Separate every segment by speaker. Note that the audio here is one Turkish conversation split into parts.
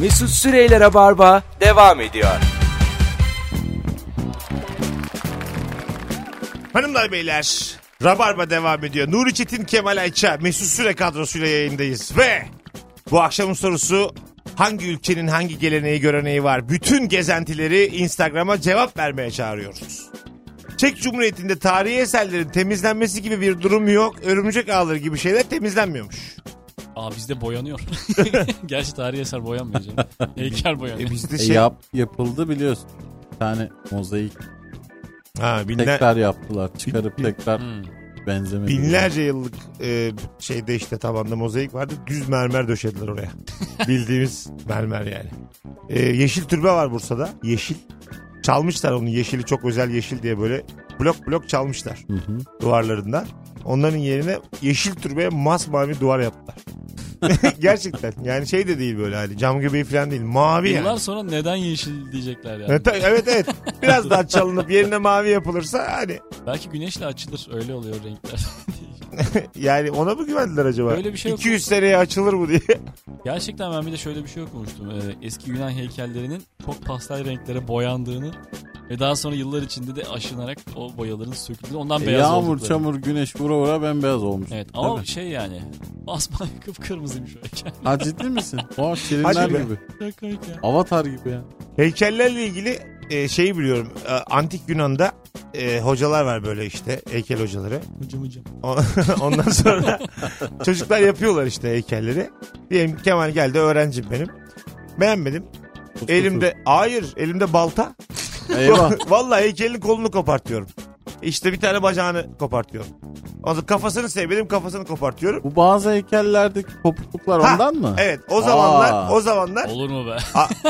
Speaker 1: Mesut Süreyler'e barba devam ediyor.
Speaker 2: Hanımlar beyler Rabarba devam ediyor. Nuri Çetin, Kemal Ayça, Mesut Süre kadrosuyla yayındayız. Ve bu akşamın sorusu hangi ülkenin hangi geleneği göreneği var? Bütün gezintileri Instagram'a cevap vermeye çağırıyoruz. Çek Cumhuriyeti'nde tarihi eserlerin temizlenmesi gibi bir durum yok. Örümcek ağları gibi şeyler temizlenmiyormuş.
Speaker 3: Aa bizde boyanıyor. Gerçi tarihi eser boyanmıyor canım. Heykel boyanıyor.
Speaker 2: Bizde
Speaker 4: E,
Speaker 2: şey...
Speaker 4: yap, yapıldı biliyorsun. Bir tane mozaik
Speaker 2: Ha, binler-
Speaker 4: tekrar yaptılar. Çıkarıp
Speaker 2: bin-
Speaker 4: tekrar
Speaker 3: Hmm.
Speaker 4: benzemedi.
Speaker 2: Binlerce yıllık e, şeyde işte tavanda mozaik vardı. Düz mermer döşediler oraya. Bildiğimiz mermer yani. E, yeşil türbe var Bursa'da. Yeşil. Çalmışlar onun yeşili çok özel yeşil diye böyle blok blok çalmışlar
Speaker 4: Hı hı.
Speaker 2: duvarlarından. Onların yerine yeşil türbeye masmavi duvar yaptılar. Gerçekten yani şey de değil böyle hani cam göbeği falan değil mavi yani.
Speaker 3: Yıllar sonra neden yeşil diyecekler yani.
Speaker 2: Evet evet evet. biraz daha çalınıp yerine mavi yapılırsa hani
Speaker 3: Belki güneşle açılır öyle oluyor renkler.
Speaker 2: yani ona mı güvendiler acaba?
Speaker 3: Öyle bir şey yok.
Speaker 2: 200 seneye açılır bu diye.
Speaker 3: Gerçekten ben bir de şöyle bir şey okumuştum. Ee, eski Yunan heykellerinin çok pastel renklere boyandığını ve daha sonra yıllar içinde de aşınarak o boyaların söküldüğünü ondan
Speaker 4: E,
Speaker 3: beyaz
Speaker 4: yağmur,
Speaker 3: olduklarını.
Speaker 4: çamur, güneş vura vura bembeyaz olmuş.
Speaker 3: Evet ama
Speaker 4: Değil mi?
Speaker 3: şey yani basmağı kıpkırmızıymış o heykel.
Speaker 4: Ha ciddi misin? O şirinler
Speaker 2: Hadi be.
Speaker 4: gibi.
Speaker 3: Çok komik ya.
Speaker 4: Avatar gibi ya.
Speaker 2: Heykellerle ilgili e, şeyi biliyorum. E, Antik Yunan'da e, hocalar var böyle işte heykel hocaları.
Speaker 3: Hıcım hıcım.
Speaker 2: O- Ondan sonra çocuklar yapıyorlar işte heykelleri. Diyelim ki Kemal geldi öğrencim benim. Beğenmedim.
Speaker 4: Tut,
Speaker 2: Elimde hayır elimde balta.
Speaker 4: tut. Eyvah.
Speaker 2: Vallahi heykelin kolunu kopartıyorum. İşte bir tane bacağını kopartıyorum. Ondan sonra kafasını sevmedim kafasını kopartıyorum.
Speaker 4: Bu bazı heykellerdeki kopukluklar
Speaker 2: Ha,
Speaker 4: ondan mı?
Speaker 2: Evet o zamanlar
Speaker 4: Aa.
Speaker 2: o zamanlar
Speaker 3: Olur mu be?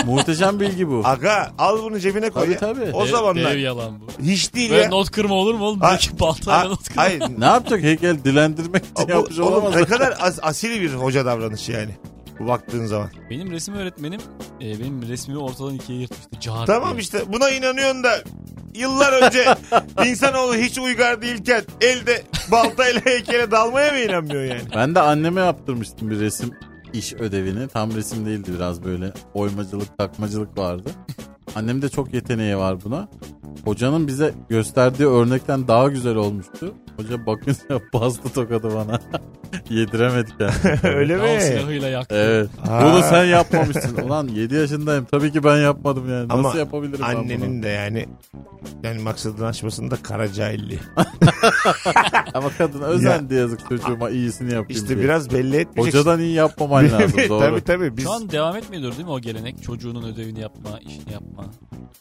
Speaker 4: Muhteşem bilgi bu.
Speaker 2: aga al bunu cebine koy.
Speaker 4: Tabii,
Speaker 2: ya.
Speaker 4: tabii.
Speaker 2: O
Speaker 3: Dev-
Speaker 2: zamanlar
Speaker 3: Dev yalan bu.
Speaker 2: hiç değil
Speaker 3: Böyle
Speaker 2: ya.
Speaker 3: not kırma olur mu oğlum?
Speaker 2: Ha-
Speaker 3: Belki baltayla
Speaker 2: Ha,
Speaker 3: not kırma.
Speaker 2: hayır
Speaker 4: Ne yapacak heykel dilendirmek için
Speaker 2: Bu-
Speaker 4: yapmış
Speaker 2: oğlum
Speaker 4: olamaz.
Speaker 2: ne kadar as- asili bir hoca davranışı yani. Bu baktığın zaman.
Speaker 3: Benim resim öğretmenim e, benim resmimi ortadan ikiye yırtmıştı. Cağır
Speaker 2: Tamam
Speaker 3: diye.
Speaker 2: işte buna inanıyorsun da yıllar önce insanoğlu hiç uygar değilken elde baltayla heykele dalmaya mı inanmıyor yani?
Speaker 4: Ben de anneme yaptırmıştım bir resim iş ödevini. Tam resim değildi biraz böyle oymacılık, takmacılık vardı. Annem de çok yeteneği var buna. Hocanın bize gösterdiği örnekten daha güzel olmuştu. Hoca bakınca bastı tokadı bana. Yediremedik yani.
Speaker 2: Öyle
Speaker 3: Gauss
Speaker 2: mi?
Speaker 3: silahıyla yaktı.
Speaker 4: Evet.
Speaker 2: Aa.
Speaker 4: Bunu sen yapmamışsın. Ulan 7 yaşındayım. Tabii ki ben yapmadım yani. Nasıl
Speaker 2: Ama
Speaker 4: yapabilirim ben bunu?
Speaker 2: Annenin de yani yani maksadını aşmasında kara cahilli.
Speaker 4: Ama kadın özendi yazık çocuğuma iyisini yapayım
Speaker 2: İşte
Speaker 4: diye.
Speaker 2: biraz belli etmeyecek.
Speaker 4: Hocadan iyi yapmaman lazım doğru.
Speaker 2: tabii tabii biz
Speaker 3: Şu an devam etmiyordur değil mi o gelenek? Çocuğunun ödevini yapma, işini yapma.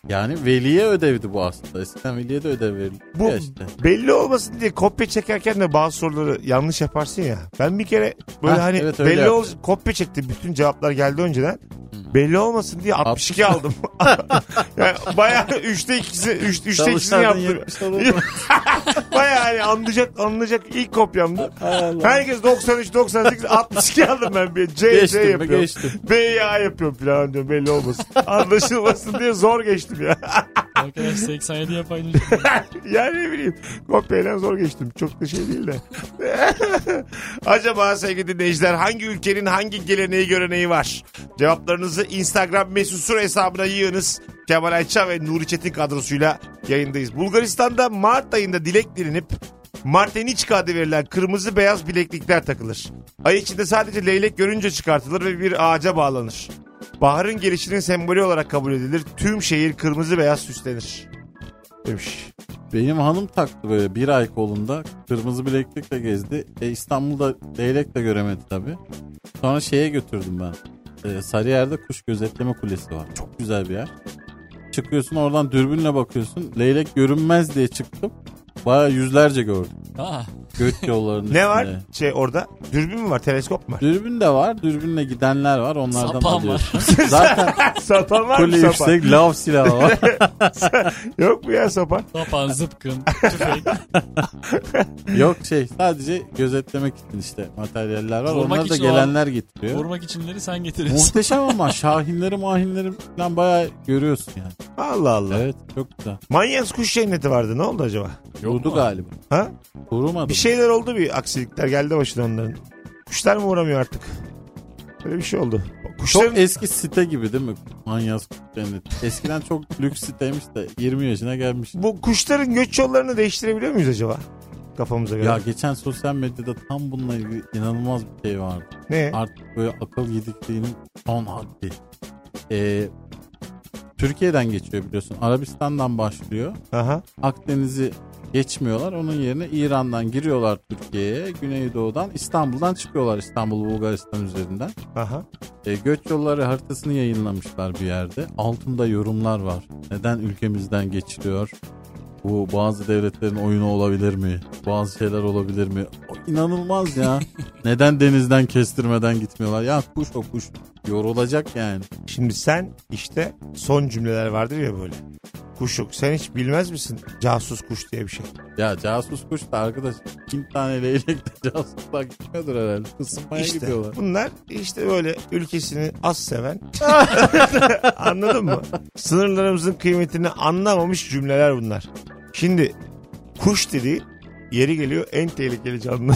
Speaker 4: Yani veliye ödevdi bu aslında. Eskiden veliye de ödev verildi
Speaker 2: Bu- şey
Speaker 4: ya işte.
Speaker 2: belli olmasın diye kopya çekerken de bazı soruları yanlış yaparsın ya. Ben bir kere böyle
Speaker 4: Hah,
Speaker 2: hani
Speaker 4: evet, öyle
Speaker 2: belli ol
Speaker 4: yaptım.
Speaker 2: kopya çektim. Bütün cevaplar geldi önceden.
Speaker 4: Hmm.
Speaker 2: Belli olmasın diye 62 aldım. yani bayağı 3'te 2'si 3 3'te 2'sini
Speaker 4: Çalışlardın
Speaker 2: yaptım.
Speaker 4: 70 alırdın.
Speaker 2: bayağı hani anlayacak anlayacak ilk kopyamdı. Herkes 93 98 62 aldım ben bir C C
Speaker 4: Geçtim mi
Speaker 2: yapıyorum.
Speaker 4: geçtim.
Speaker 2: B A yapıyorum falan diyorum belli olmasın. Anlaşılmasın diye zor geçtim ya.
Speaker 3: Arkadaş 87 yapayım.
Speaker 2: yani ne bileyim kopyayla zor geçtim. Çok da şey değil de. Acaba sevgili dinleyiciler hangi ülkenin hangi geleneği göreneği var? Cevaplarınızı Instagram mesut süre hesabına yığınız. Kemal Ayça ve Nuri Çetin kadrosuyla yayındayız. Bulgaristan'da Mart ayında dilek dilinip Marteniçka adı verilen kırmızı beyaz bileklikler takılır. Ay içinde sadece leylek görünce çıkartılır ve bir ağaca bağlanır. Baharın gelişinin sembolü olarak kabul edilir. Tüm şehir kırmızı beyaz süslenir. Demiş.
Speaker 4: Benim hanım taktı böyle bir ay kolunda. Kırmızı bileklikle gezdi. E, İstanbul'da leylek de göremedi tabii. Sonra şeye götürdüm ben. E, Sarıyer'de kuş gözetleme kulesi var. Çok güzel bir yer. Çıkıyorsun oradan dürbünle bakıyorsun. Leylek görünmez diye çıktım. Baya yüzlerce gördüm.
Speaker 3: Ha,
Speaker 4: Göç yollarının
Speaker 2: Ne var?
Speaker 4: üstünde.
Speaker 2: Şey orada dürbün mü var? Teleskop mu var?
Speaker 4: Dürbün de var. Dürbünle gidenler var. Onlardan
Speaker 3: Sapan var.
Speaker 4: alıyorsun. Zaten
Speaker 2: sapan var
Speaker 4: Kule
Speaker 2: mı sapan?
Speaker 4: yüksek lav silahı var.
Speaker 2: Yok mu ya sapan?
Speaker 3: tapan, zıpkın, tüfek.
Speaker 4: Yok şey sadece gözetlemek için işte materyaller var.
Speaker 3: Vurmak
Speaker 4: Onları da
Speaker 3: için o
Speaker 4: gelenler getiriyor.
Speaker 3: Vurmak içinleri sen getiriyorsun.
Speaker 4: Muhteşem ama şahinleri mahinleri falan bayağı görüyorsun yani.
Speaker 2: Allah Allah.
Speaker 4: Evet çok güzel.
Speaker 2: Manyas kuş cenneti vardı. Ne oldu acaba?
Speaker 4: Vurdu
Speaker 3: mu?
Speaker 4: galiba.
Speaker 2: Ha? şey
Speaker 4: Vurmadı.
Speaker 2: Bir şeyler oldu bir aksilikler geldi başına onların. Kuşlar mı uğramıyor artık? Öyle bir şey oldu.
Speaker 4: Çok
Speaker 2: Kuşların
Speaker 4: eski site gibi değil mi? Manyas Kuş Cenneti. Eskiden çok lüks siteymiş de 20 yaşına gelmiş.
Speaker 2: bu kuşların göç yollarını değiştirebiliyor muyuz acaba? Kafamıza göre.
Speaker 4: Ya geçen sosyal medyada tam bununla ilgili inanılmaz bir şey vardı.
Speaker 2: ne?
Speaker 4: Artık böyle akıl yedikliğinin son haddi. Ee, Türkiye'den geçiyor biliyorsun. Arabistan'dan başlıyor.
Speaker 2: Aha.
Speaker 4: Akdeniz'i geçmiyorlar. Onun yerine İran'dan giriyorlar Türkiye'ye. Güneydoğu'dan İstanbul'dan çıkıyorlar İstanbul Bulgaristan üzerinden.
Speaker 2: Aha.
Speaker 4: E, göç yolları haritasını yayınlamışlar bir yerde. Altında yorumlar var. Neden ülkemizden geçiliyor? Bu bazı devletlerin oyunu olabilir mi? Bazı şeyler olabilir mi? O inanılmaz ya. Neden denizden kestirmeden gitmiyorlar? Ya kuş o kuş. Yorulacak yani.
Speaker 2: Şimdi sen işte son cümleler vardır ya böyle. Kuş yok. Sen hiç bilmez misin casus kuş diye bir şey?
Speaker 4: Ya casus kuş da arkadaş. Kim tane leylek de casuslar gitmiyordur herhalde. Isınmaya
Speaker 2: İşte
Speaker 4: gidiyorlar.
Speaker 2: bunlar işte böyle ülkesini az seven. Anladın mı? Sınırlarımızın kıymetini anlamamış cümleler bunlar. Şimdi kuş dediği yeri geliyor en tehlikeli canlı.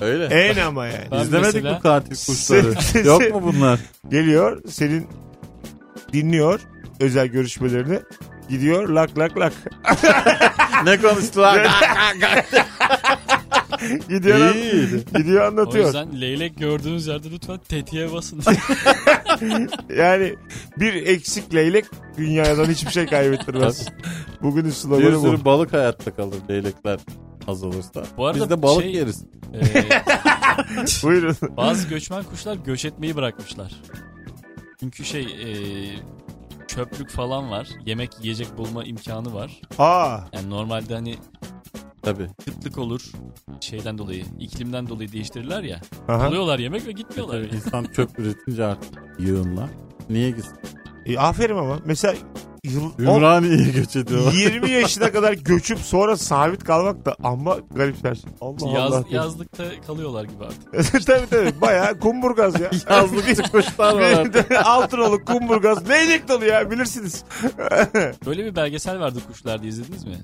Speaker 4: Öyle.
Speaker 2: en ama yani.
Speaker 3: Ben
Speaker 4: İzlemedik
Speaker 3: mesela-
Speaker 4: bu katil
Speaker 2: Sen-
Speaker 4: kuşları. Yok mu bunlar?
Speaker 2: Geliyor senin dinliyor özel görüşmelerini. Gidiyor lak lak lak.
Speaker 4: ne konuştular?
Speaker 2: Gidiyor,
Speaker 4: İyiydi.
Speaker 2: gidiyor
Speaker 3: O
Speaker 2: anlatıyor.
Speaker 3: yüzden leylek gördüğünüz yerde lütfen tetiğe basın.
Speaker 2: Yani bir eksik leylek dünyadan hiçbir şey kaybettirmez. Bugünün
Speaker 4: Bir
Speaker 2: sloganı bu.
Speaker 4: sürü balık hayatta kalır leylekler az olursa.
Speaker 3: Bu arada
Speaker 4: Biz de balık
Speaker 3: şey-
Speaker 4: yeriz.
Speaker 3: Ee,
Speaker 2: Buyurun.
Speaker 3: bazı göçmen kuşlar göç etmeyi bırakmışlar. Çünkü şey ee, çöplük falan var. Yemek yiyecek bulma imkanı var.
Speaker 2: Aa,
Speaker 3: Yani normalde hani
Speaker 4: Tabii.
Speaker 3: kıtlık olur şeyden dolayı iklimden dolayı değiştirirler ya.
Speaker 2: aha.
Speaker 3: Alıyorlar yemek ve gitmiyorlar.
Speaker 4: Tabii insan çöp üretince artık yığınla. Niye gitsin?
Speaker 2: E, aferin ama. Mesela yıl, on-
Speaker 4: Ümraniye'ye göç ediyorlar.
Speaker 2: 20 yaşına kadar göçüp sonra sabit kalmak da ama garipler. şey. Allah Allah.
Speaker 3: Yaz, yazlıkta kalıyorlar gibi artık.
Speaker 2: tabii tabii. Bayağı kumburgaz ya.
Speaker 4: Yazlıkçı kuşlar var artık.
Speaker 2: Altınoluk kumburgaz. Leylek dolu ya bilirsiniz.
Speaker 3: Böyle bir belgesel vardı kuşlarda izlediniz mi?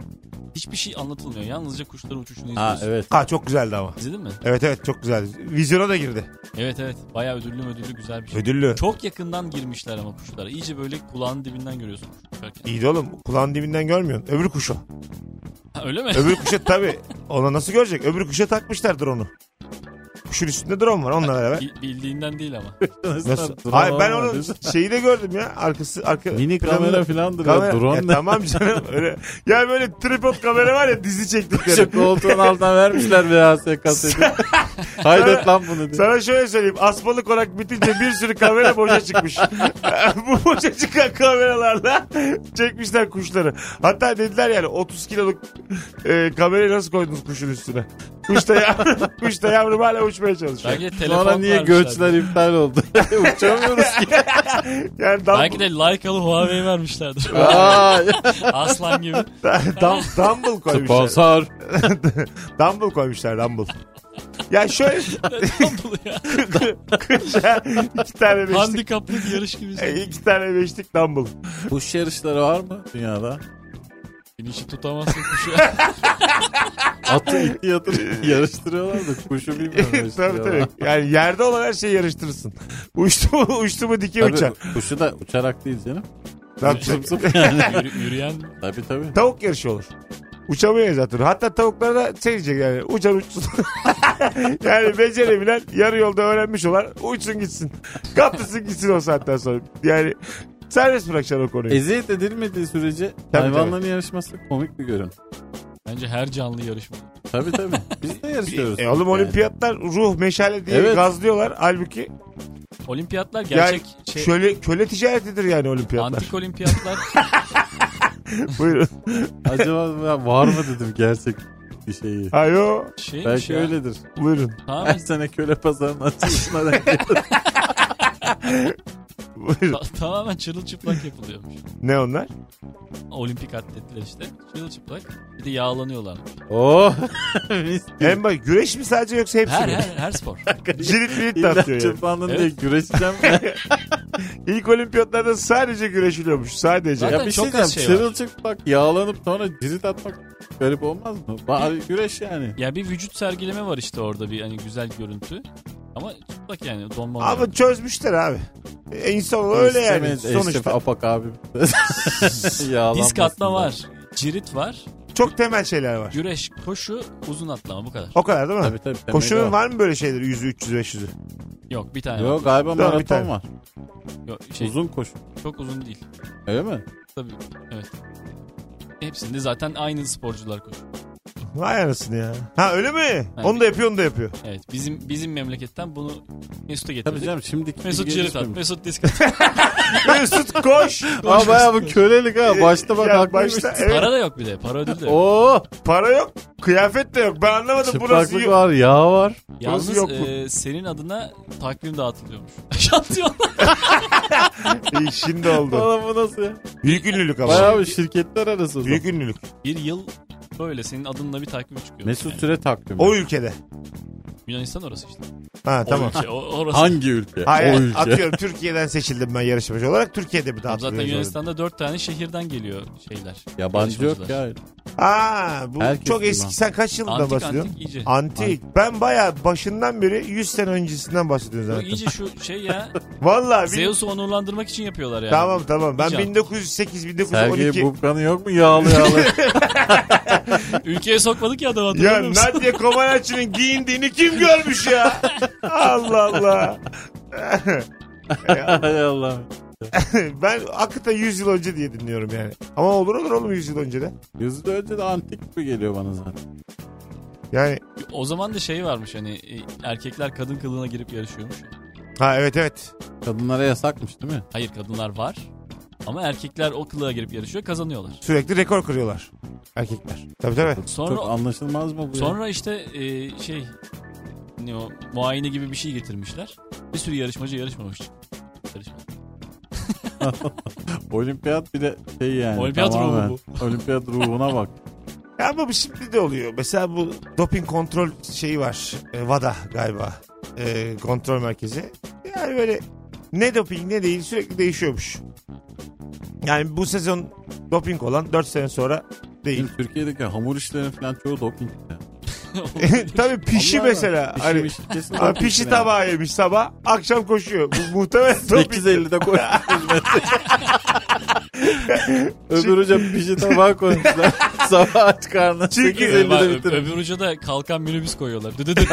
Speaker 3: Hiçbir şey anlatılmıyor. Yalnızca kuşların uçuşunu
Speaker 4: Ha
Speaker 3: izliyorsun.
Speaker 4: evet.
Speaker 2: Aa çok güzeldi ama.
Speaker 3: İzledin mi?
Speaker 2: Evet evet çok güzeldi. Vizyona da girdi.
Speaker 3: Evet evet. Bayağı ödüllü ödüllü güzel bir şey.
Speaker 2: Ödüllü.
Speaker 3: Çok yakından girmişler ama kuşlara. İyice böyle kulağın dibinden görüyorsun kuş uçarken.
Speaker 2: İyi de oğlum kulağın dibinden görmüyorsun. Öbür kuşu.
Speaker 3: Ha, öyle mi?
Speaker 2: Öbür kuşa tabii. Ona nasıl görecek? Öbür kuşa takmışlardır onu. Kuşun üstünde drone var onunla beraber.
Speaker 3: Bi- Bildiğinden değil ama.
Speaker 2: Nasıl?
Speaker 4: Drone
Speaker 2: Hayır ben
Speaker 4: var
Speaker 2: onun
Speaker 4: diyorsun.
Speaker 2: şeyi de gördüm ya. Arkası arka
Speaker 4: Mini
Speaker 2: planında-
Speaker 4: kamera filan duruyor.
Speaker 2: Kamera.
Speaker 4: Drone
Speaker 2: ya
Speaker 4: ne?
Speaker 2: tamam canım öyle. Ya böyle tripod kamera var ya dizi
Speaker 4: Şu
Speaker 2: çektikleri.
Speaker 4: koltuğun altına vermişler VHS kaseti. Haydet lan bunu diye.
Speaker 2: Sana şöyle söyleyeyim. Asmalı konak bitince bir sürü kamera boşa çıkmış. Bu boşa çıkan kameralarla çekmişler kuşları. Hatta dediler yani 30 kiloluk e, kamerayı nasıl koydunuz kuşun üstüne? Kuş da yavrum, kuş da yavrum hala uçmaya çalışıyor.
Speaker 3: Belki de telefon
Speaker 4: Sonra niye
Speaker 3: vermişler.
Speaker 4: göçler iptal oldu? Uçamıyoruz ki.
Speaker 2: Yani dam,
Speaker 3: Belki de Leica'lı Huawei vermişlerdir.
Speaker 4: Aa, şey.
Speaker 3: Aslan gibi.
Speaker 2: dam, dumbbell koymuşlar.
Speaker 4: Sponsor.
Speaker 2: dumbbell koymuşlar dumbbell. Ya şöyle
Speaker 3: Dumble ya.
Speaker 2: kuşa iki tane beşlik.
Speaker 3: Handikaplı bir yarış
Speaker 4: E,
Speaker 3: gibi.
Speaker 2: iki tane beşlik dumbbell.
Speaker 4: Kuş yarışları var mı dünyada?
Speaker 3: Finişi tutamazsın kuşu.
Speaker 4: Atı itti yatır yarıştırıyorlar da kuşu bilmiyorum.
Speaker 2: tabii tabii. Yani yerde olan her şeyi yarıştırırsın. Uçtu mu, uçtu mu dike uçar.
Speaker 4: Tabii, kuşu da uçarak değil canım.
Speaker 2: Ne yapacak?
Speaker 4: Zıp zıp yani.
Speaker 3: Yürü- yürüyen
Speaker 4: tabii tabii.
Speaker 2: Tavuk yarışı olur. Uçamıyor zaten. Hatta tavuklara da şey diyecek yani uçan uçsun. yani becerebilen yarı yolda öğrenmiş olan uçsun gitsin. Kaptısın gitsin o saatten sonra. Yani serbest bırakacaksın o konuyu.
Speaker 4: Eziyet edilmediği sürece
Speaker 2: Tabii,
Speaker 4: hayvanların yarışması komik bir görün.
Speaker 3: Bence her canlı yarışmalı.
Speaker 4: Tabii tabii. Biz de yarışıyoruz.
Speaker 2: E oğlum
Speaker 4: Yani.
Speaker 2: olimpiyatlar ruh meşale diye
Speaker 4: Evet.
Speaker 2: gazlıyorlar. Halbuki
Speaker 3: Olimpiyatlar gerçek şey.
Speaker 2: şöyle köle ticaretidir yani olimpiyatlar.
Speaker 3: Antik olimpiyatlar.
Speaker 2: Buyurun.
Speaker 4: Acaba ben var mı dedim gerçek bir şeyi.
Speaker 2: Ayo
Speaker 3: şey
Speaker 4: Belki öyledir.
Speaker 2: buyurun.
Speaker 4: Her
Speaker 3: Tamamen
Speaker 4: sene köle pazarının açılışına denk geliyor.
Speaker 2: buyurun.
Speaker 3: ta- tamamen çırılçıplak yapılıyormuş.
Speaker 2: Ne onlar?
Speaker 3: Olimpik atletler işte. Çırılçıplak. Bir de yağlanıyorlar.
Speaker 4: Oh. Mis.
Speaker 2: En bak güreş mi sadece yoksa hepsi
Speaker 3: Her
Speaker 2: mi?
Speaker 3: her her spor.
Speaker 2: Cirit mirit de
Speaker 4: İlla
Speaker 2: atıyor yani.
Speaker 4: çırpandın
Speaker 3: Evet.
Speaker 4: diye güreşeceğim. ya
Speaker 2: İlk olimpiyatlarda sadece güreşiliyormuş. Sadece.
Speaker 3: Zaten
Speaker 4: bir şey
Speaker 3: çok az
Speaker 4: diyeceğim.
Speaker 3: şey var.
Speaker 4: çırılçıplak yağlanıp sonra cirit atmak garip olmaz mı? Bari güreş yani.
Speaker 3: Ya bir vücut sergileme var işte orada bir hani güzel görüntü. Ama çıplak yani donma. olarak.
Speaker 2: Ama çözmüşler abi. E, insan öyle yani.
Speaker 4: İstemedi. Eşref
Speaker 2: Sonuçta
Speaker 4: Apak abi. Yağlanmasın
Speaker 3: Disk atma
Speaker 4: da.
Speaker 3: var. Cirit var.
Speaker 2: çok temel şeyler var.
Speaker 3: Güreş, koşu, uzun atlama bu kadar.
Speaker 2: O kadar değil mi?
Speaker 4: Tabii tabii. temeli
Speaker 2: Koşunun var mı böyle şeyleri 100'ü 300'ü 500'ü?
Speaker 3: Yok bir tane.
Speaker 4: Yok galiba
Speaker 2: Tamam, bir tane.
Speaker 4: maraton var.
Speaker 3: var. Yok, şey,
Speaker 4: Uzun koşu.
Speaker 3: Çok uzun değil.
Speaker 4: Öyle mi?
Speaker 3: Tabii. Evet. Hepsinde zaten aynı sporcular koşuyor.
Speaker 2: Vay anasını ya. Ha öyle mi? Onu da yapıyor onu da yapıyor.
Speaker 3: Evet. Bizim bizim memleketten bunu Mesut'a
Speaker 4: Tabii
Speaker 3: getirdik.
Speaker 4: canım şimdiki
Speaker 3: Mesut
Speaker 4: bilgi
Speaker 3: cirit at.
Speaker 4: gelişmemiş.
Speaker 3: Mesut disk at.
Speaker 2: Mesut koş.
Speaker 4: Aa bayağı bu kölelik ha. Başta bak
Speaker 2: Ee, Ya
Speaker 4: haklıymış.
Speaker 2: başta, evet.
Speaker 3: Para da yok bir de. Para ödülü de yok.
Speaker 4: Oo,
Speaker 2: Para yok. Kıyafet de yok. Ben anlamadım burası
Speaker 4: çıplaklık
Speaker 2: yok.
Speaker 4: var, yağ var.
Speaker 2: burası
Speaker 3: Yalnız
Speaker 2: yok mu?
Speaker 3: e, senin adına takvim dağıtılıyormuş. Şampiyonlar.
Speaker 2: İyi, şimdi oldu.
Speaker 4: Bana bu nasıl ya?
Speaker 2: Büyük ünlülük ama.
Speaker 4: Bayağı bir şirketler arası. o zaman.
Speaker 2: Büyük ünlülük.
Speaker 3: Bir yıl böyle senin adınla bir takvim çıkıyor.
Speaker 4: Mesut
Speaker 3: Yani
Speaker 4: Süre takvimi.
Speaker 2: O ülkede.
Speaker 3: Yunanistan orası işte.
Speaker 2: Ha tamam.
Speaker 3: O ülke, o- orası.
Speaker 4: Hangi ülke?
Speaker 2: Hayır
Speaker 4: o ülke.
Speaker 2: atıyorum Türkiye'den seçildim ben yarışmacı olarak. Türkiye'de bir daha
Speaker 3: Tamam, zaten Yunanistan'da dört tane şehirden geliyor şeyler.
Speaker 4: Yabancı yok
Speaker 3: yarışmacılar.
Speaker 4: ya.
Speaker 2: Aa bu
Speaker 4: Herkes
Speaker 2: çok
Speaker 4: bundan.
Speaker 2: eski. Sen kaç yılından
Speaker 3: Antik
Speaker 2: bahsediyorsun?
Speaker 3: antik iyice.
Speaker 2: Antik. Ben bayağı başından beri 100 sene öncesinden bahsediyorum
Speaker 3: Bu
Speaker 2: zaten.
Speaker 3: iyice şu şey ya.
Speaker 2: Vallahi bin-
Speaker 3: Zeus'u onurlandırmak için yapıyorlar yani.
Speaker 2: Tamam tamam. Ben
Speaker 3: Hiç al.
Speaker 2: 1908 1912
Speaker 4: Sergey Bubkan'ı yok mu yağlı yağlı?
Speaker 3: Ülkeye sokmadık ya adamı hatırlamıyor
Speaker 2: Ya
Speaker 3: musun?
Speaker 2: Nadia Comaneci'nin giyindiğini kim görmüş ya? Allah Allah.
Speaker 4: Hay Allah.
Speaker 2: ben hakikaten 100 yıl önce diye dinliyorum yani. Ama olur olur oğlum 100 yıl önce de.
Speaker 4: Gözü de önce de antik gibi geliyor bana zaten.
Speaker 2: Yani
Speaker 3: O zaman da şey varmış hani e, erkekler kadın kılığına girip yarışıyormuş.
Speaker 2: ha evet evet.
Speaker 4: Kadınlara yasakmış değil mi?
Speaker 3: Hayır kadınlar var ama erkekler o kılığa girip yarışıyor kazanıyorlar.
Speaker 2: Sürekli rekor kırıyorlar erkekler. Tabii tabii.
Speaker 3: Sonra-
Speaker 4: Çok anlaşılmaz mı bu? ya?
Speaker 3: Sonra işte e, şey ne o muayene gibi bir şey getirmişler. Bir sürü yarışmacı yarışmamış. Yarışma.
Speaker 4: Olimpiyat bile şey yani.
Speaker 3: Olimpiyat
Speaker 4: tamamen.
Speaker 3: ruhu
Speaker 4: Olimpiyat ruhuna bak.
Speaker 2: Ya ama bu şimdi de oluyor. Mesela bu doping kontrol şeyi var. E, VADA galiba. E, kontrol merkezi. Yani böyle ne doping ne değil sürekli değişiyormuş. Yani bu sezon doping olan 4 sene sonra değil.
Speaker 4: Şimdi Türkiye'deki hamur işlerinin falan çoğu doping. ya.
Speaker 2: Tabii pişi
Speaker 4: Allah
Speaker 2: mesela.
Speaker 4: Pişi
Speaker 2: hani,
Speaker 4: mişi kesin
Speaker 2: Abi
Speaker 4: doping
Speaker 2: pişi
Speaker 4: yani.
Speaker 2: tabağı yemiş sabah akşam koşuyor. Bu muhtemelen doping.
Speaker 4: 8.50'de koymuşuz Öbür hocam pişi tabağı koymuşlar. Sabah aç karnına
Speaker 2: Çünkü-
Speaker 3: Bak,
Speaker 4: 8.50'de
Speaker 3: ö-
Speaker 4: bitirmiş.
Speaker 3: Ee, öbür uca da kalkan minibüs koyuyorlar. Dı dı dı dı dı.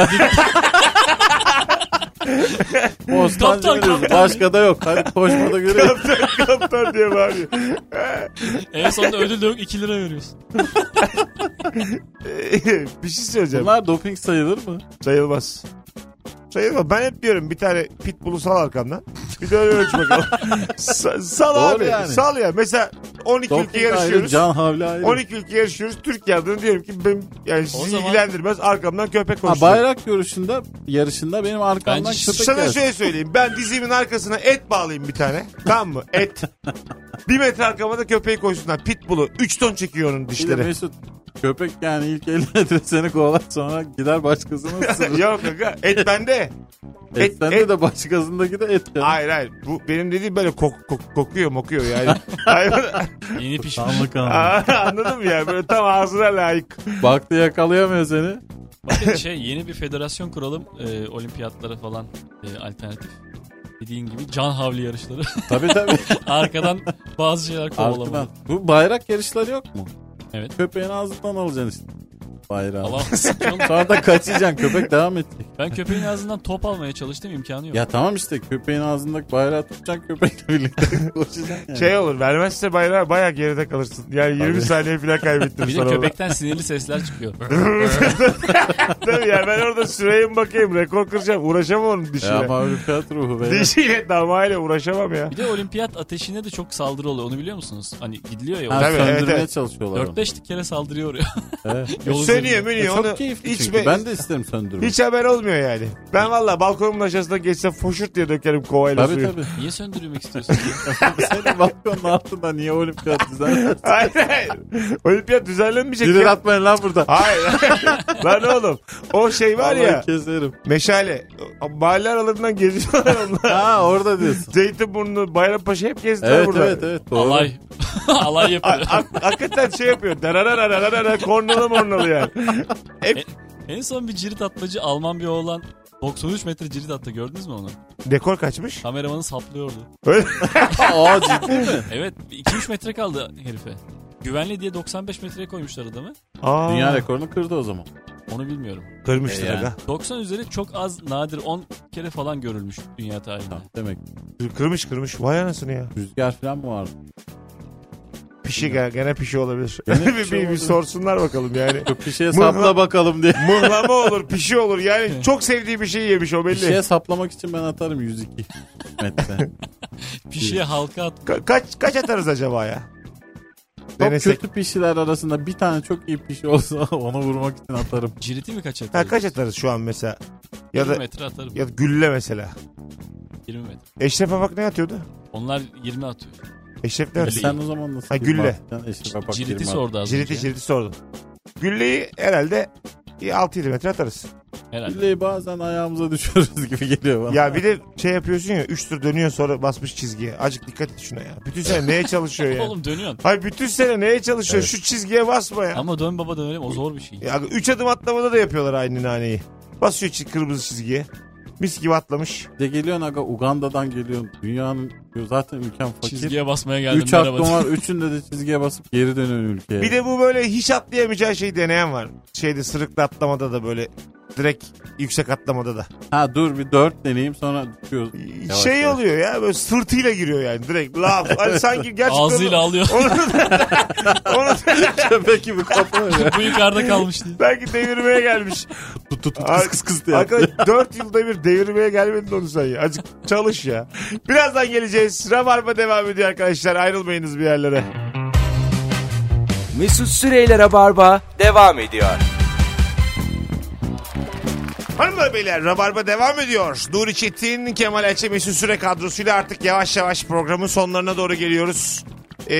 Speaker 4: Bostancı
Speaker 3: Kaptan,
Speaker 4: biliyorsun. Başka da yok. Hadi koşmada görüyoruz.
Speaker 2: Kaptan kaptan diye bağırıyor.
Speaker 3: en sonunda ödül de yok 2 lira veriyorsun.
Speaker 2: Ee, bir şey söyleyeceğim.
Speaker 4: Bunlar doping sayılır mı?
Speaker 2: Sayılmaz. Sayılmaz. Ben hep diyorum bir tane pitbull'u sal arkamdan. Bir de öyle ölç bakalım. Sa- sal
Speaker 4: Doğru
Speaker 2: abi.
Speaker 4: yani.
Speaker 2: Sal ya. Mesela 12 ülke
Speaker 4: Doping ayrı,
Speaker 2: yarışıyoruz.
Speaker 4: can havli ayrı.
Speaker 2: 12 ülke yarışıyoruz. Türkiye adına diyorum ki benim yani sizi
Speaker 3: zaman-
Speaker 2: ilgilendirmez arkamdan köpek
Speaker 4: Ha,
Speaker 2: konuşuyor.
Speaker 4: bayrak yarışında yarışında benim arkamdan
Speaker 3: Bence
Speaker 4: köpek
Speaker 2: Sana
Speaker 4: yarışı.
Speaker 2: şöyle söyleyeyim. Ben dizimin arkasına et bağlayayım bir tane. Tamam mı? Et. bir metre arkama da köpeği koysunlar. Pitbull'u. 3 ton çekiyor onun
Speaker 4: Bir de
Speaker 2: dişleri.
Speaker 4: Mesut köpek yani ilk 50 metre seni kovalar sonra gider başkasına ısırır.
Speaker 2: Yok kanka. Et bende. et-
Speaker 4: et, sende
Speaker 2: et-
Speaker 4: de başkasındaki de et. Yani.
Speaker 2: Hayır hayır. Bu benim dediğim böyle kok, kok- kokuyor mokuyor yani. Hayvan-
Speaker 3: Yeni pişmiş.
Speaker 4: Kanlı kanlı.
Speaker 2: Aa, Anladın mı ya? Böyle tam ağzına layık.
Speaker 4: Baktı yakalayamıyor seni.
Speaker 3: Bakın şey yeni bir federasyon kuralım e, olimpiyatlara falan e, alternatif. Dediğin gibi can havli yarışları.
Speaker 4: Tabii tabii.
Speaker 3: Arkadan bazı şeyler
Speaker 4: Arkadan.
Speaker 3: kovalamalı.
Speaker 4: Bu bayrak yarışları yok mu?
Speaker 3: Evet.
Speaker 4: Köpeğin ağzından alacaksın işte. Bayrağı.
Speaker 3: Allah sıkıyorum.
Speaker 4: Sonra da kaçacaksın köpek devam edecek.
Speaker 3: Ben köpeğin ağzından top almaya çalıştım imkanı yok.
Speaker 4: Ya tamam işte köpeğin ağzındaki bayrağı tutacaksın köpekle birlikte koşacaksın. yani.
Speaker 2: Şey olur. Vermezse bayrağı bayağı geride kalırsın. Yani 20
Speaker 4: Tabii.
Speaker 2: saniye falan kaybettim
Speaker 3: bir de
Speaker 2: sonra. Köpek...
Speaker 3: köpekten sinirli sesler çıkıyor.
Speaker 2: Tabii ya ben orada süreye mi bakayım. Rekor kıracağım. Uğraşamam onun
Speaker 4: Ya
Speaker 2: dişiyle.
Speaker 4: ama olimpiyat ruhu be.
Speaker 2: Dişiyle damağıyla uğraşamam ya.
Speaker 3: bir de olimpiyat ateşine de çok saldırı oluyor. Onu biliyor musunuz? Hani gidiliyor ya.
Speaker 4: Ha,
Speaker 2: Tabii, evet,
Speaker 4: söndürmeye
Speaker 2: evet.
Speaker 4: çalışıyorlar. onu.
Speaker 3: 4-5 kere saldırıyor oraya.
Speaker 4: Evet.
Speaker 3: Yol üzerinde.
Speaker 2: Sönüyor
Speaker 4: E,
Speaker 2: mönüyor.
Speaker 4: çok
Speaker 2: Onu
Speaker 4: keyifli
Speaker 2: hiç
Speaker 4: çünkü.
Speaker 2: be-
Speaker 4: Ben de isterim söndürmeyi.
Speaker 2: Hiç haber olmuyor yani. Ben valla balkonumun aşağısına geçsem foşurt diye dökerim kovayla
Speaker 4: Tabii
Speaker 2: suyu.
Speaker 4: tabii.
Speaker 3: Niye söndürmek istiyorsun?
Speaker 4: Senin balkonun altında niye olimpiyat düzenliyorsun?
Speaker 2: Hayır hayır. Olimpiyat düzenlenmeyecek
Speaker 4: Bilir
Speaker 2: ya.
Speaker 4: atmayın lan burada.
Speaker 2: Hayır. Lan oğlum. O şey var
Speaker 4: Vallahi
Speaker 2: ya.
Speaker 4: keserim.
Speaker 2: Meşale. O- Mahalle aralarından geziyorlar onlar.
Speaker 4: Ha orada diyorsun.
Speaker 2: Zeytinburnu, Bayrampaşa hep gezdiler
Speaker 4: evet
Speaker 2: burada.
Speaker 4: evet evet doğru.
Speaker 3: Alay. Alay
Speaker 2: A-
Speaker 3: yapıyor.
Speaker 2: a- hakikaten şey yapıyor. Darararararara kornalı mornalı yani.
Speaker 3: en son bir cirit atmacı Alman bir oğlan 93 metre cirit attı gördünüz mü onu?
Speaker 2: Dekor kaçmış.
Speaker 3: Kameramanı saplıyordu.
Speaker 2: Öyle.
Speaker 4: Aa ciddi mi?
Speaker 3: Evet 2-3 metre kaldı herife. Güvenli diye 95 metreye koymuşlar adamı.
Speaker 2: Aa,
Speaker 4: Dünya rekorunu kırdı o zaman.
Speaker 3: Onu bilmiyorum.
Speaker 2: Kırmıştır
Speaker 4: E yani.
Speaker 2: aga.
Speaker 3: 90 üzeri çok az nadir 10 kere falan görülmüş dünya tarihinde.
Speaker 4: Tamam, demek
Speaker 2: Kır- Kırmış kırmış. Vay anasını ya.
Speaker 4: rüzgar falan mı vardı?
Speaker 2: Pişi gene, gene pişi olabilir.
Speaker 4: Gene
Speaker 2: bir,
Speaker 4: pişi
Speaker 2: bir- bir
Speaker 4: olabilir.
Speaker 2: sorsunlar bakalım yani.
Speaker 4: Yok bir şeye
Speaker 2: Mıhla-
Speaker 4: sapla bakalım diye.
Speaker 2: Mıhlama olur, pişi olur. Yani çok sevdiği bir şey yemiş o
Speaker 4: Bir
Speaker 2: belli.
Speaker 4: şeye saplamak için ben atarım 102 metre.
Speaker 3: Pişiye halka at.
Speaker 2: Ka- kaç kaç atarız acaba ya?
Speaker 4: Çok
Speaker 2: Denesek.
Speaker 4: kötü pişiler arasında bir tane çok iyi pişi olsa ona vurmak için atarım.
Speaker 3: Ciriti mi kaç atarız?
Speaker 2: Ha, kaç atarız şu an mesela? Ya
Speaker 3: 20
Speaker 2: da
Speaker 3: metre atarım.
Speaker 2: ya da gülle mesela.
Speaker 3: 20 metre.
Speaker 2: Eşref Afak ne atıyordu?
Speaker 3: Onlar 20 atıyor.
Speaker 2: Eşref ne
Speaker 4: E
Speaker 2: atıyordu?
Speaker 4: sen o zaman nasıl?
Speaker 2: Ha,
Speaker 4: girme
Speaker 2: gülle.
Speaker 4: atacaksın? Eşref Apak
Speaker 3: Ciriti
Speaker 4: girme
Speaker 3: sordu az
Speaker 2: Ciriti
Speaker 3: önce.
Speaker 2: ciriti sordum. Gülleyi herhalde bir 6-7 metre atarız.
Speaker 4: atacaksın.
Speaker 3: Herhalde.
Speaker 4: Gülleyi bazen ayağımıza düşürürüz gibi geliyor bana.
Speaker 2: Ya bir de şey yapıyorsun ya 3 tur dönüyor sonra basmış çizgiye. Acık dikkat et şuna ya. Bütün sene neye çalışıyor ya?
Speaker 3: Oğlum dönüyorsun.
Speaker 2: Hayır bütün sene neye çalışıyor? Şu çizgiye basma ya.
Speaker 3: Ama dön baba dönelim o zor bir şey.
Speaker 2: Ya 3 adım atlamada da yapıyorlar aynı naneyi. Basıyor çi- kırmızı çizgiye. Mis gibi atlamış.
Speaker 4: Bir de geliyorsun aga Uganda'dan geliyorsun. Dünyanın zaten ülken fakir.
Speaker 3: Çizgiye basmaya geldim
Speaker 4: 3
Speaker 3: merhaba.
Speaker 4: hakkım var. Üçünde de çizgiye basıp geri dönüyorsun ülkeye.
Speaker 2: Bir de bu böyle hiç atlayamayacağı şey deneyen var. Şeyde sırıkla atlamada da böyle direkt yüksek atlamada da.
Speaker 4: Ha dur bir 4 deneyeyim sonra düşüyoruz. Yavaş
Speaker 2: şey
Speaker 4: yavaş.
Speaker 2: oluyor ya böyle sırtıyla giriyor yani direkt. Laf. Hani sanki gerçekten...
Speaker 3: Ağzıyla alıyor.
Speaker 2: Onu da, onu da-
Speaker 4: Köpek gibi kafa öyle.
Speaker 3: Bu yukarıda kalmış diye.
Speaker 2: belki devirmeye gelmiş.
Speaker 4: tut tut tut
Speaker 2: Ar-
Speaker 4: kıs kıs kıs diye.
Speaker 2: Arkadaş 4 yılda bir devirmeye gelmedin onu sen ya. Azıcık çalış ya. Birazdan geleceğiz. Rabarba devam ediyor arkadaşlar. Ayrılmayınız bir yerlere.
Speaker 1: Mesut Süreyler'e barba devam ediyor.
Speaker 2: Hanımlar beyler Rabarba devam ediyor. Nuri Çetin, Kemal Elçe, Mesut Süre kadrosuyla artık yavaş yavaş programın sonlarına doğru geliyoruz. Ee,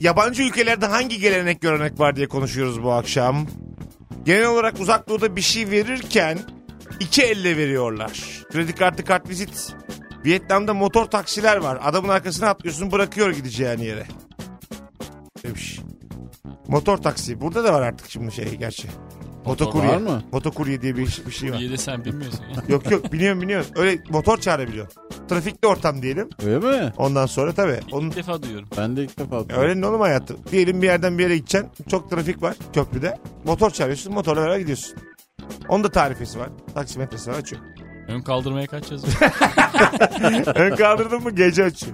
Speaker 2: yabancı ülkelerde hangi gelenek görenek var diye konuşuyoruz bu akşam. Genel olarak uzak doğuda bir şey verirken iki elle veriyorlar. Kredi kartı kart vizit. Vietnam'da motor taksiler var. Adamın arkasına atlıyorsun bırakıyor gideceğin yere. Demiş. Motor taksi. Burada da var artık şimdi şey gerçi. Motokurye.
Speaker 4: Var mı?
Speaker 2: Motokurye diye bir, bir şey var.
Speaker 3: Yedi sen bilmiyorsun ya.
Speaker 2: Yok yok biliyorum biliyorum. Öyle motor çağırabiliyorsun. Trafikli ortam diyelim.
Speaker 4: Öyle mi?
Speaker 2: Ondan sonra tabii. Onun...
Speaker 3: İlk defa duyuyorum.
Speaker 4: Ben de ilk defa duydum.
Speaker 2: Öyle ne oğlum hayatım? Diyelim bir yerden bir yere gideceksin. Çok trafik var köprüde. Motor çağırıyorsun. Motorla beraber gidiyorsun. Onun da tarifesi var. Taksimetresi var açıyor.
Speaker 3: Ön kaldırmaya kaç yazıyor?
Speaker 2: Ön kaldırdın mı gece açıyor.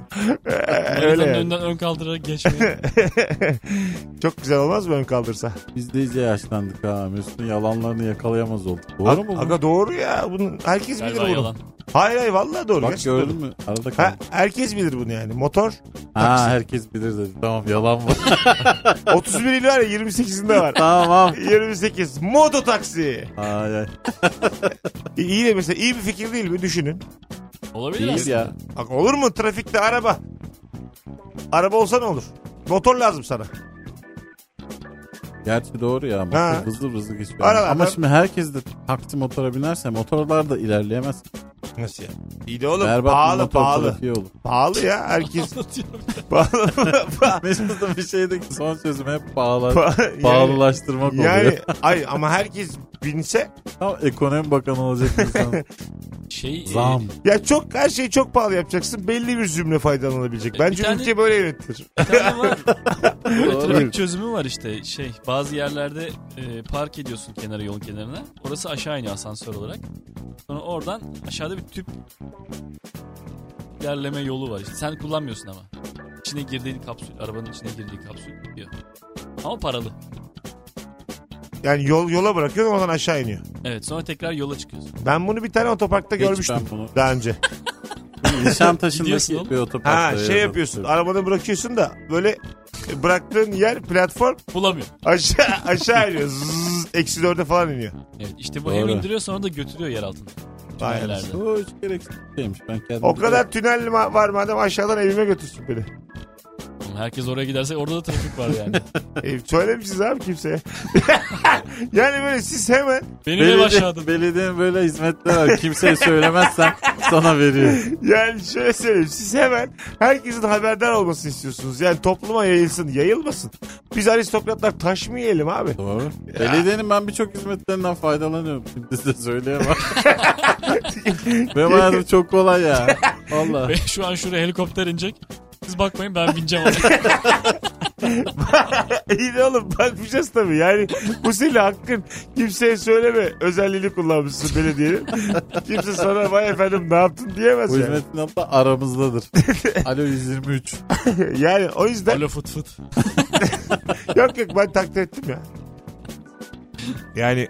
Speaker 3: Öyle
Speaker 2: yani.
Speaker 3: Önden ön kaldırarak geçmeye.
Speaker 2: Çok güzel olmaz mı ön kaldırsa?
Speaker 4: Biz de iyice yaşlandık ha. Mesut'un yalanlarını yakalayamaz olduk. Doğru mu bu?
Speaker 2: Aga doğru ya. Bunun, herkes bilir
Speaker 3: Galiba
Speaker 2: bunu.
Speaker 3: yalan.
Speaker 2: Hayır hayır vallahi doğru.
Speaker 4: Bak
Speaker 2: Gerçekten doğru.
Speaker 4: gördün mü? Arada
Speaker 2: Ha,
Speaker 4: kaldı.
Speaker 2: herkes bilir bunu yani. Motor
Speaker 4: Ha, herkes bilir dedi. Tamam yalan mı?
Speaker 2: 31 il var ya 28'inde var.
Speaker 4: tamam.
Speaker 2: 28. Moto taksi.
Speaker 4: Ay, ay.
Speaker 2: İ- İyi de mesela iyi bir fikir değil mi? Düşünün.
Speaker 3: Olabilir
Speaker 4: Değil
Speaker 3: aslında.
Speaker 4: ya.
Speaker 2: Bak olur mu trafikte araba? Araba olsa ne olur? Motor lazım sana.
Speaker 4: Gerçi doğru ya. Motor
Speaker 2: Ha.
Speaker 4: hızlı hızlı geçiyor.
Speaker 2: Aralar
Speaker 4: Ama
Speaker 2: ben-
Speaker 4: şimdi herkes de taksi motora binerse motorlar da ilerleyemez.
Speaker 2: Nasıl ya? İyi de oğlum
Speaker 4: Berbat bir
Speaker 2: pahalı
Speaker 4: motor
Speaker 2: pahalı.
Speaker 4: trafiği olur.
Speaker 2: Pahalı ya herkes.
Speaker 3: Anlatıyorum.
Speaker 2: pahalı. pa-
Speaker 4: Mesut'un bir şeydeki son çözüm hep pahalı.
Speaker 2: pa- yani,
Speaker 4: pahalılaştırmak
Speaker 2: yani
Speaker 4: oluyor.
Speaker 2: ay ama herkes binse
Speaker 4: Tam ekonomi bakanı olacak insan.
Speaker 3: Şey, e,
Speaker 4: Zam.
Speaker 2: ya çok her şeyi çok pahalı yapacaksın. Belli bir zümre faydalanabilecek.
Speaker 3: Bir
Speaker 2: Bence
Speaker 3: tane-
Speaker 2: ülke böyle yönetilir.
Speaker 3: bir tane var. Böyle
Speaker 4: Doğru.
Speaker 3: trafik çözümü var işte. Şey, bazı yerlerde e, park ediyorsun kenara yolun kenarına. Orası aşağı iniyor asansör olarak. Sonra oradan aşağıda bir tüp ilerleme yolu var işte. Sen kullanmıyorsun ama. İçine girdiğin kapsül, arabanın içine girdiği kapsül gidiyor. Ama paralı.
Speaker 2: Yani yol yola bırakıyorsun oradan aşağı iniyor.
Speaker 3: Evet sonra tekrar yola çıkıyorsun.
Speaker 2: Ben bunu bir tane otoparkta
Speaker 4: Hiç
Speaker 2: görmüştüm.
Speaker 4: ben bunu-
Speaker 2: Daha önce.
Speaker 3: Gidiyorsun oğlum.
Speaker 4: Nişantaşı'ndaki bir otoparkta.
Speaker 2: Ha şey
Speaker 4: yazdım.
Speaker 2: yapıyorsun. Arabanı bırakıyorsun da böyle bıraktığın yer platform
Speaker 3: Bulamıyor.
Speaker 2: aşağı aşağı iniyor. Zzz, eksi dörde falan iniyor.
Speaker 3: Evet işte bu
Speaker 4: Doğru.
Speaker 3: hem indiriyor sonra da götürüyor yer altında.
Speaker 2: Vay
Speaker 3: Tünellerde.
Speaker 2: anasını.
Speaker 4: O hiç gereksiz şeymiş. Ben kendim
Speaker 2: O kadar tünel ma- var madem aşağıdan evime götürsün beni.
Speaker 3: Oğlum Herkes oraya giderse orada da trafik var yani.
Speaker 2: E, söylemişiz abi kimseye. yani böyle siz hemen
Speaker 3: Benim ev
Speaker 4: Belediye,
Speaker 3: aşağıda.
Speaker 4: belediyenin böyle hizmetleri var. Kimseye söylemezsen sana veriyor.
Speaker 2: Yani şöyle söyleyeyim siz hemen herkesin haberdar olmasını istiyorsunuz. Yani topluma yayılsın yayılmasın. Biz aristokratlar taş mı yiyelim abi?
Speaker 4: Doğru. Belediyenin ben birçok hizmetlerinden faydalanıyorum. Şimdi size söyleyemem. Benim hayatım çok kolay ya. Valla.
Speaker 3: Ve şu an şuraya helikopter inecek. Siz bakmayın ben bineceğim oraya.
Speaker 2: İyi de oğlum bakmayacağız tabii. Yani bu senin hakkın. Kimseye söyleme. Özelliğini kullanmışsın belediyenin. Kimse sana vay efendim ne yaptın diyemez
Speaker 4: Bu
Speaker 2: yani.
Speaker 4: hizmetin hatta aramızdadır. Alo 123.
Speaker 2: Yani o yüzden
Speaker 3: Alo fıt fıt.
Speaker 2: yok yok ben takdir ettim ya. Yani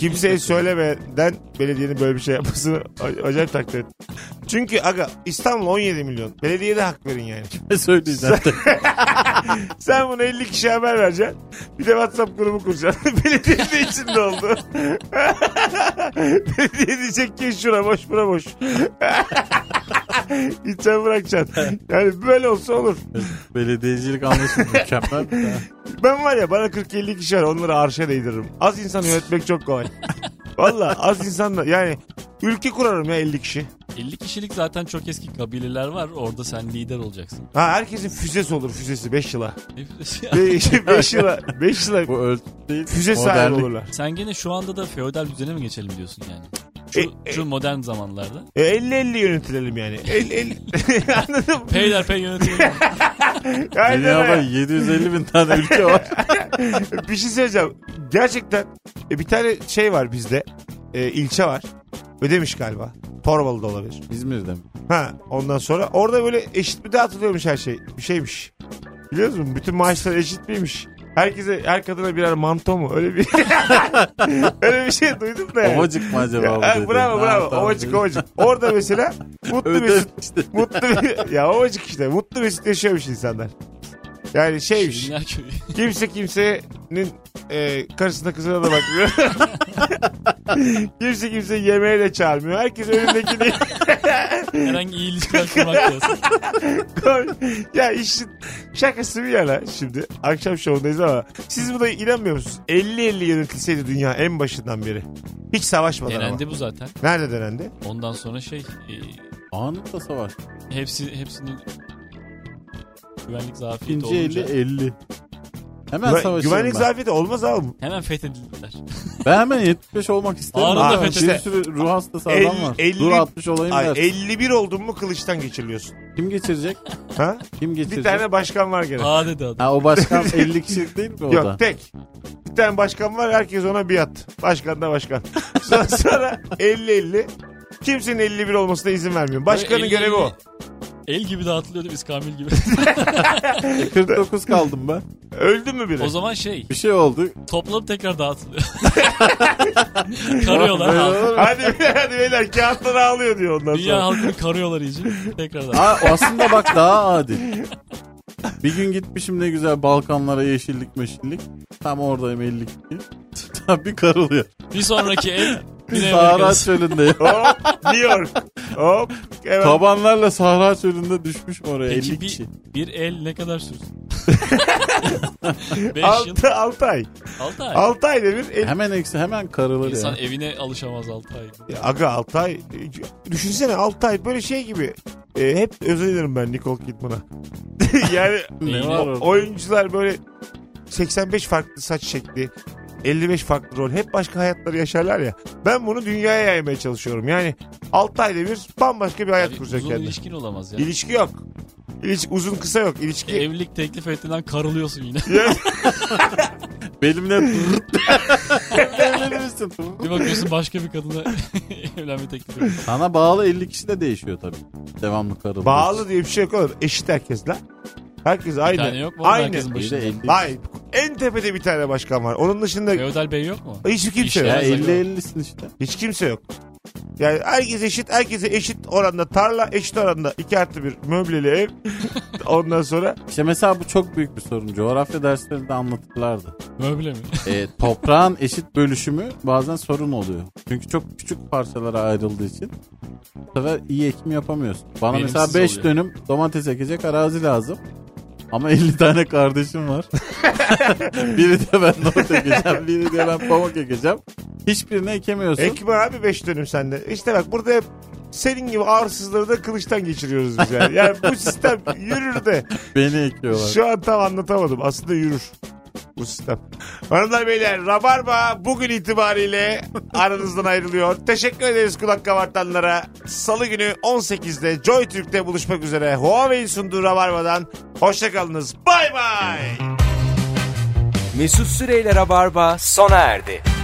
Speaker 2: kimseye söylemeden belediyenin böyle bir şey yapmasını a- acayip takdir ettim. Çünkü aga İstanbul 17 milyon. Belediyeye de hak verin yani.
Speaker 4: Ne söyleyeceğim?
Speaker 2: Sen bunu 50 kişiye haber vereceksin. Bir de WhatsApp grubu kuracaksın. Belediye de içinde oldu. Belediye diyecek ki şura boş bura boş. Gideceksin bırakacaksın. Yani böyle olsa olur.
Speaker 4: Belediyecilik anlaşıldı mükemmel.
Speaker 2: Ben var ya bana 40-50 kişi var onları arşa değdiririm. Az insan yönetmek çok kolay. Valla az insanla yani ülke kurarım ya 50 kişi.
Speaker 3: 50 kişilik zaten çok eski kabileler var. Orada sen lider olacaksın.
Speaker 2: Ha herkesin füzesi olur füzesi 5 yıla.
Speaker 3: Nefret-
Speaker 2: 5 yıla 5 yıla
Speaker 4: Bu ölçüt değil.
Speaker 2: füze sahibi
Speaker 4: modernlik.
Speaker 2: olurlar.
Speaker 3: sen gene şu anda da feodal düzene mi geçelim diyorsun yani? Şu,
Speaker 2: E, e.
Speaker 3: şu modern zamanlarda.
Speaker 2: E, 50-50 yönetilelim yani. 50-50 anladın mı?
Speaker 3: Peyderpey yönetiyor.
Speaker 2: Aynen
Speaker 4: Dünyada
Speaker 2: öyle.
Speaker 4: 750 bin tane ülke var.
Speaker 2: bir şey söyleyeceğim. Gerçekten e, bir tane şey var bizde. E, ilçe var. Ödemiş galiba. Torbalı da olabilir.
Speaker 4: İzmir'de mi?
Speaker 2: Ha ondan sonra orada böyle eşit mi dağıtılıyormuş her şey. Bir şeymiş. Biliyor musun? Bütün maaşlar eşit miymiş? Herkese, her kadına birer manto mu? Öyle bir öyle bir şey duydum da. yani.
Speaker 4: Ovacık mı acaba? bu
Speaker 2: Ha,
Speaker 4: dedi?
Speaker 2: bravo
Speaker 4: Ha,
Speaker 2: bravo.
Speaker 4: tamam,
Speaker 2: Ovacık
Speaker 4: dedi.
Speaker 2: ovacık. Orada mesela mutlu
Speaker 4: Evet,
Speaker 2: mesut.
Speaker 4: evet, işte.
Speaker 2: mutlu ya ovacık işte. Mutlu mesut yaşıyormuş insanlar. Yani şeymiş.
Speaker 3: Şirinler köyü.
Speaker 2: Kimse kimsenin e, karısına kızına da bakmıyor. kimse kimse yemeğe de çağırmıyor. Herkes önündekini
Speaker 3: Herhangi iyi ilişkiler kurmak lazım.
Speaker 2: koy. Ya işin şakası bir yana şimdi. Akşam şovundayız ama siz buna inanmıyor musunuz? 50-50 yönetilseydi dünya en başından beri. Hiç savaşmadan ama.
Speaker 3: Denendi bu zaten.
Speaker 2: Nerede denendi?
Speaker 3: Ondan sonra şey e,
Speaker 4: Anında savaş.
Speaker 3: Hepsi hepsinin güvenlik zafiyeti
Speaker 4: İkinci
Speaker 3: olunca
Speaker 4: 50 50. Hemen
Speaker 2: Güven-
Speaker 4: savaşıyorum
Speaker 2: güvenlik
Speaker 4: ben.
Speaker 2: zafiyeti olmaz abi.
Speaker 3: hemen fethedildiler.
Speaker 4: Ben hemen 75 olmak isterim.
Speaker 3: Anında
Speaker 4: Aa,
Speaker 2: fethetme.
Speaker 4: Bir sürü ruh hastası adam var.
Speaker 2: 50
Speaker 4: Dur 60 olayım
Speaker 2: Ay,
Speaker 4: der.
Speaker 2: 51 oldun mu kılıçtan geçiriliyorsun.
Speaker 4: Kim geçirecek?
Speaker 2: Ha?
Speaker 4: Kim geçirecek?
Speaker 2: Bir tane başkan var gene.
Speaker 3: Aa dedi adam.
Speaker 4: Ha o başkan 50 kişilik değil mi o da?
Speaker 2: Yok tek. Bir tane başkan var herkes ona biat. Başkan da başkan. Sonra, sonra 50-50. Kimsenin 51 olmasına izin vermiyor. Başkanın
Speaker 3: Böyle el
Speaker 2: görevi
Speaker 3: gibi-
Speaker 2: o.
Speaker 3: El gibi dağıtılıyordu biz Kamil gibi.
Speaker 4: 49 E, kaldım ben.
Speaker 2: Öldü mü biri?
Speaker 3: o zaman şey
Speaker 4: Bir şey oldu.
Speaker 3: toplanıp tekrar dağıtılıyor. karıyorlar
Speaker 4: Böyle
Speaker 3: halkı.
Speaker 4: olur mu?
Speaker 2: hadi, hadi beyler kağıtları ağlıyor diyor ondan
Speaker 3: Dünya
Speaker 2: sonra.
Speaker 3: halkını karıyorlar iyice. Tekrar dağıtılıyor.
Speaker 4: Aa, aslında bak daha adil. Bir gün gitmişim ne güzel Balkanlara yeşillik meşillik. Tam oradayım 50 kişi. Tam bir karılıyor.
Speaker 3: Bir sonraki el Güney
Speaker 4: Sahra
Speaker 3: Amerika'sı.
Speaker 4: çölünde.
Speaker 2: Hop New York. Hop. Evet.
Speaker 4: Tabanlarla Sahra çölünde düşmüşüm oraya 50
Speaker 3: Peki bir,
Speaker 4: kişi.
Speaker 3: bir el ne kadar sürsün? 5 yıl.
Speaker 2: 6, 6 ay.
Speaker 3: 6 ay.
Speaker 2: 6 ayda bir. el-
Speaker 4: Hemen eksi hemen karılır
Speaker 3: İnsan
Speaker 4: ya.
Speaker 3: evine alışamaz 6 ay.
Speaker 2: Ya Aga 6 ay. e, Düşünsene 6 ay böyle şey gibi. E, hep özenirim ben Nicole Kidman'a. yani
Speaker 4: Ne
Speaker 3: Neyine-
Speaker 4: var
Speaker 2: O-
Speaker 4: orada?
Speaker 2: oyuncular böyle 85 farklı saç şekli, 55 farklı rol. Hep başka hayatları yaşarlar ya. Ben bunu dünyaya yaymaya çalışıyorum. Yani 6 ayda bir bambaşka bir hayat
Speaker 3: Abi
Speaker 2: kuracak
Speaker 3: Uzun
Speaker 2: kendine.
Speaker 3: ilişkin olamaz ya. E,
Speaker 2: İlişki yok. İlişki uzun kısa yok. İlişki
Speaker 3: Evlilik teklif ettiğinden karılıyorsun yine.
Speaker 4: Benimle evlenir misin?
Speaker 3: Bir bakıyorsun başka bir kadına evlenme teklifi. ediyor.
Speaker 4: Sana bağlı 50 kişi de değişiyor tabii. Devamlı karılır.
Speaker 2: bağlı diye bir şey yok oğlum. Eşit herkes lan. Herkes
Speaker 3: Bir
Speaker 2: aynı.
Speaker 3: tane yok mu? oğlum
Speaker 2: aynı.
Speaker 3: Herkesin
Speaker 4: İşte
Speaker 3: başında.
Speaker 4: 50.
Speaker 2: Hayır. En tepede bir tane başkan var. Onun dışında
Speaker 3: Feodal Bey yok mu?
Speaker 2: hiç kimse
Speaker 3: İşte
Speaker 2: yok.
Speaker 4: Ya
Speaker 3: Biraz
Speaker 4: 50
Speaker 3: acaba.
Speaker 4: 50'sin işte.
Speaker 2: Hiç kimse yok. Yani herkes eşit, herkese eşit oranda tarla, eşit oranda iki artı bir möbleli ev. Ondan sonra
Speaker 4: İşte mesela bu çok büyük bir sorun. Coğrafya derslerinde anlatırlardı.
Speaker 3: Möble mi?
Speaker 4: E, toprağın eşit bölüşümü bazen sorun oluyor. Çünkü çok küçük parçalara ayrıldığı için bu sefer iyi ekim yapamıyorsun. Bana
Speaker 3: Verimsiz
Speaker 4: mesela 5
Speaker 3: oluyor.
Speaker 4: dönüm domates ekecek arazi lazım. Ama 50 tane kardeşim var. biri de ben not ekeceğim, biri de ben pamuk ekeceğim. Hiçbirini ekemiyorsun.
Speaker 2: Ekme abi 5 dönüm sende. İşte bak burada hep Senin gibi arsızları da kılıçtan geçiriyoruz biz yani. Yani bu sistem yürür de
Speaker 4: Beni ekiyorlar.
Speaker 2: şu an tam anlatamadım. Aslında yürür bu sistem. Hanımlar beyler Rabarba bugün itibariyle aranızdan ayrılıyor. Teşekkür ederiz kulak kabartanlara. Salı günü 18'de Joy Türk'te buluşmak üzere. Huawei'in sunduğu Rabarba'dan. Hoşçakalınız. Bay bay.
Speaker 1: Mesut Süreyler'e barba sona erdi.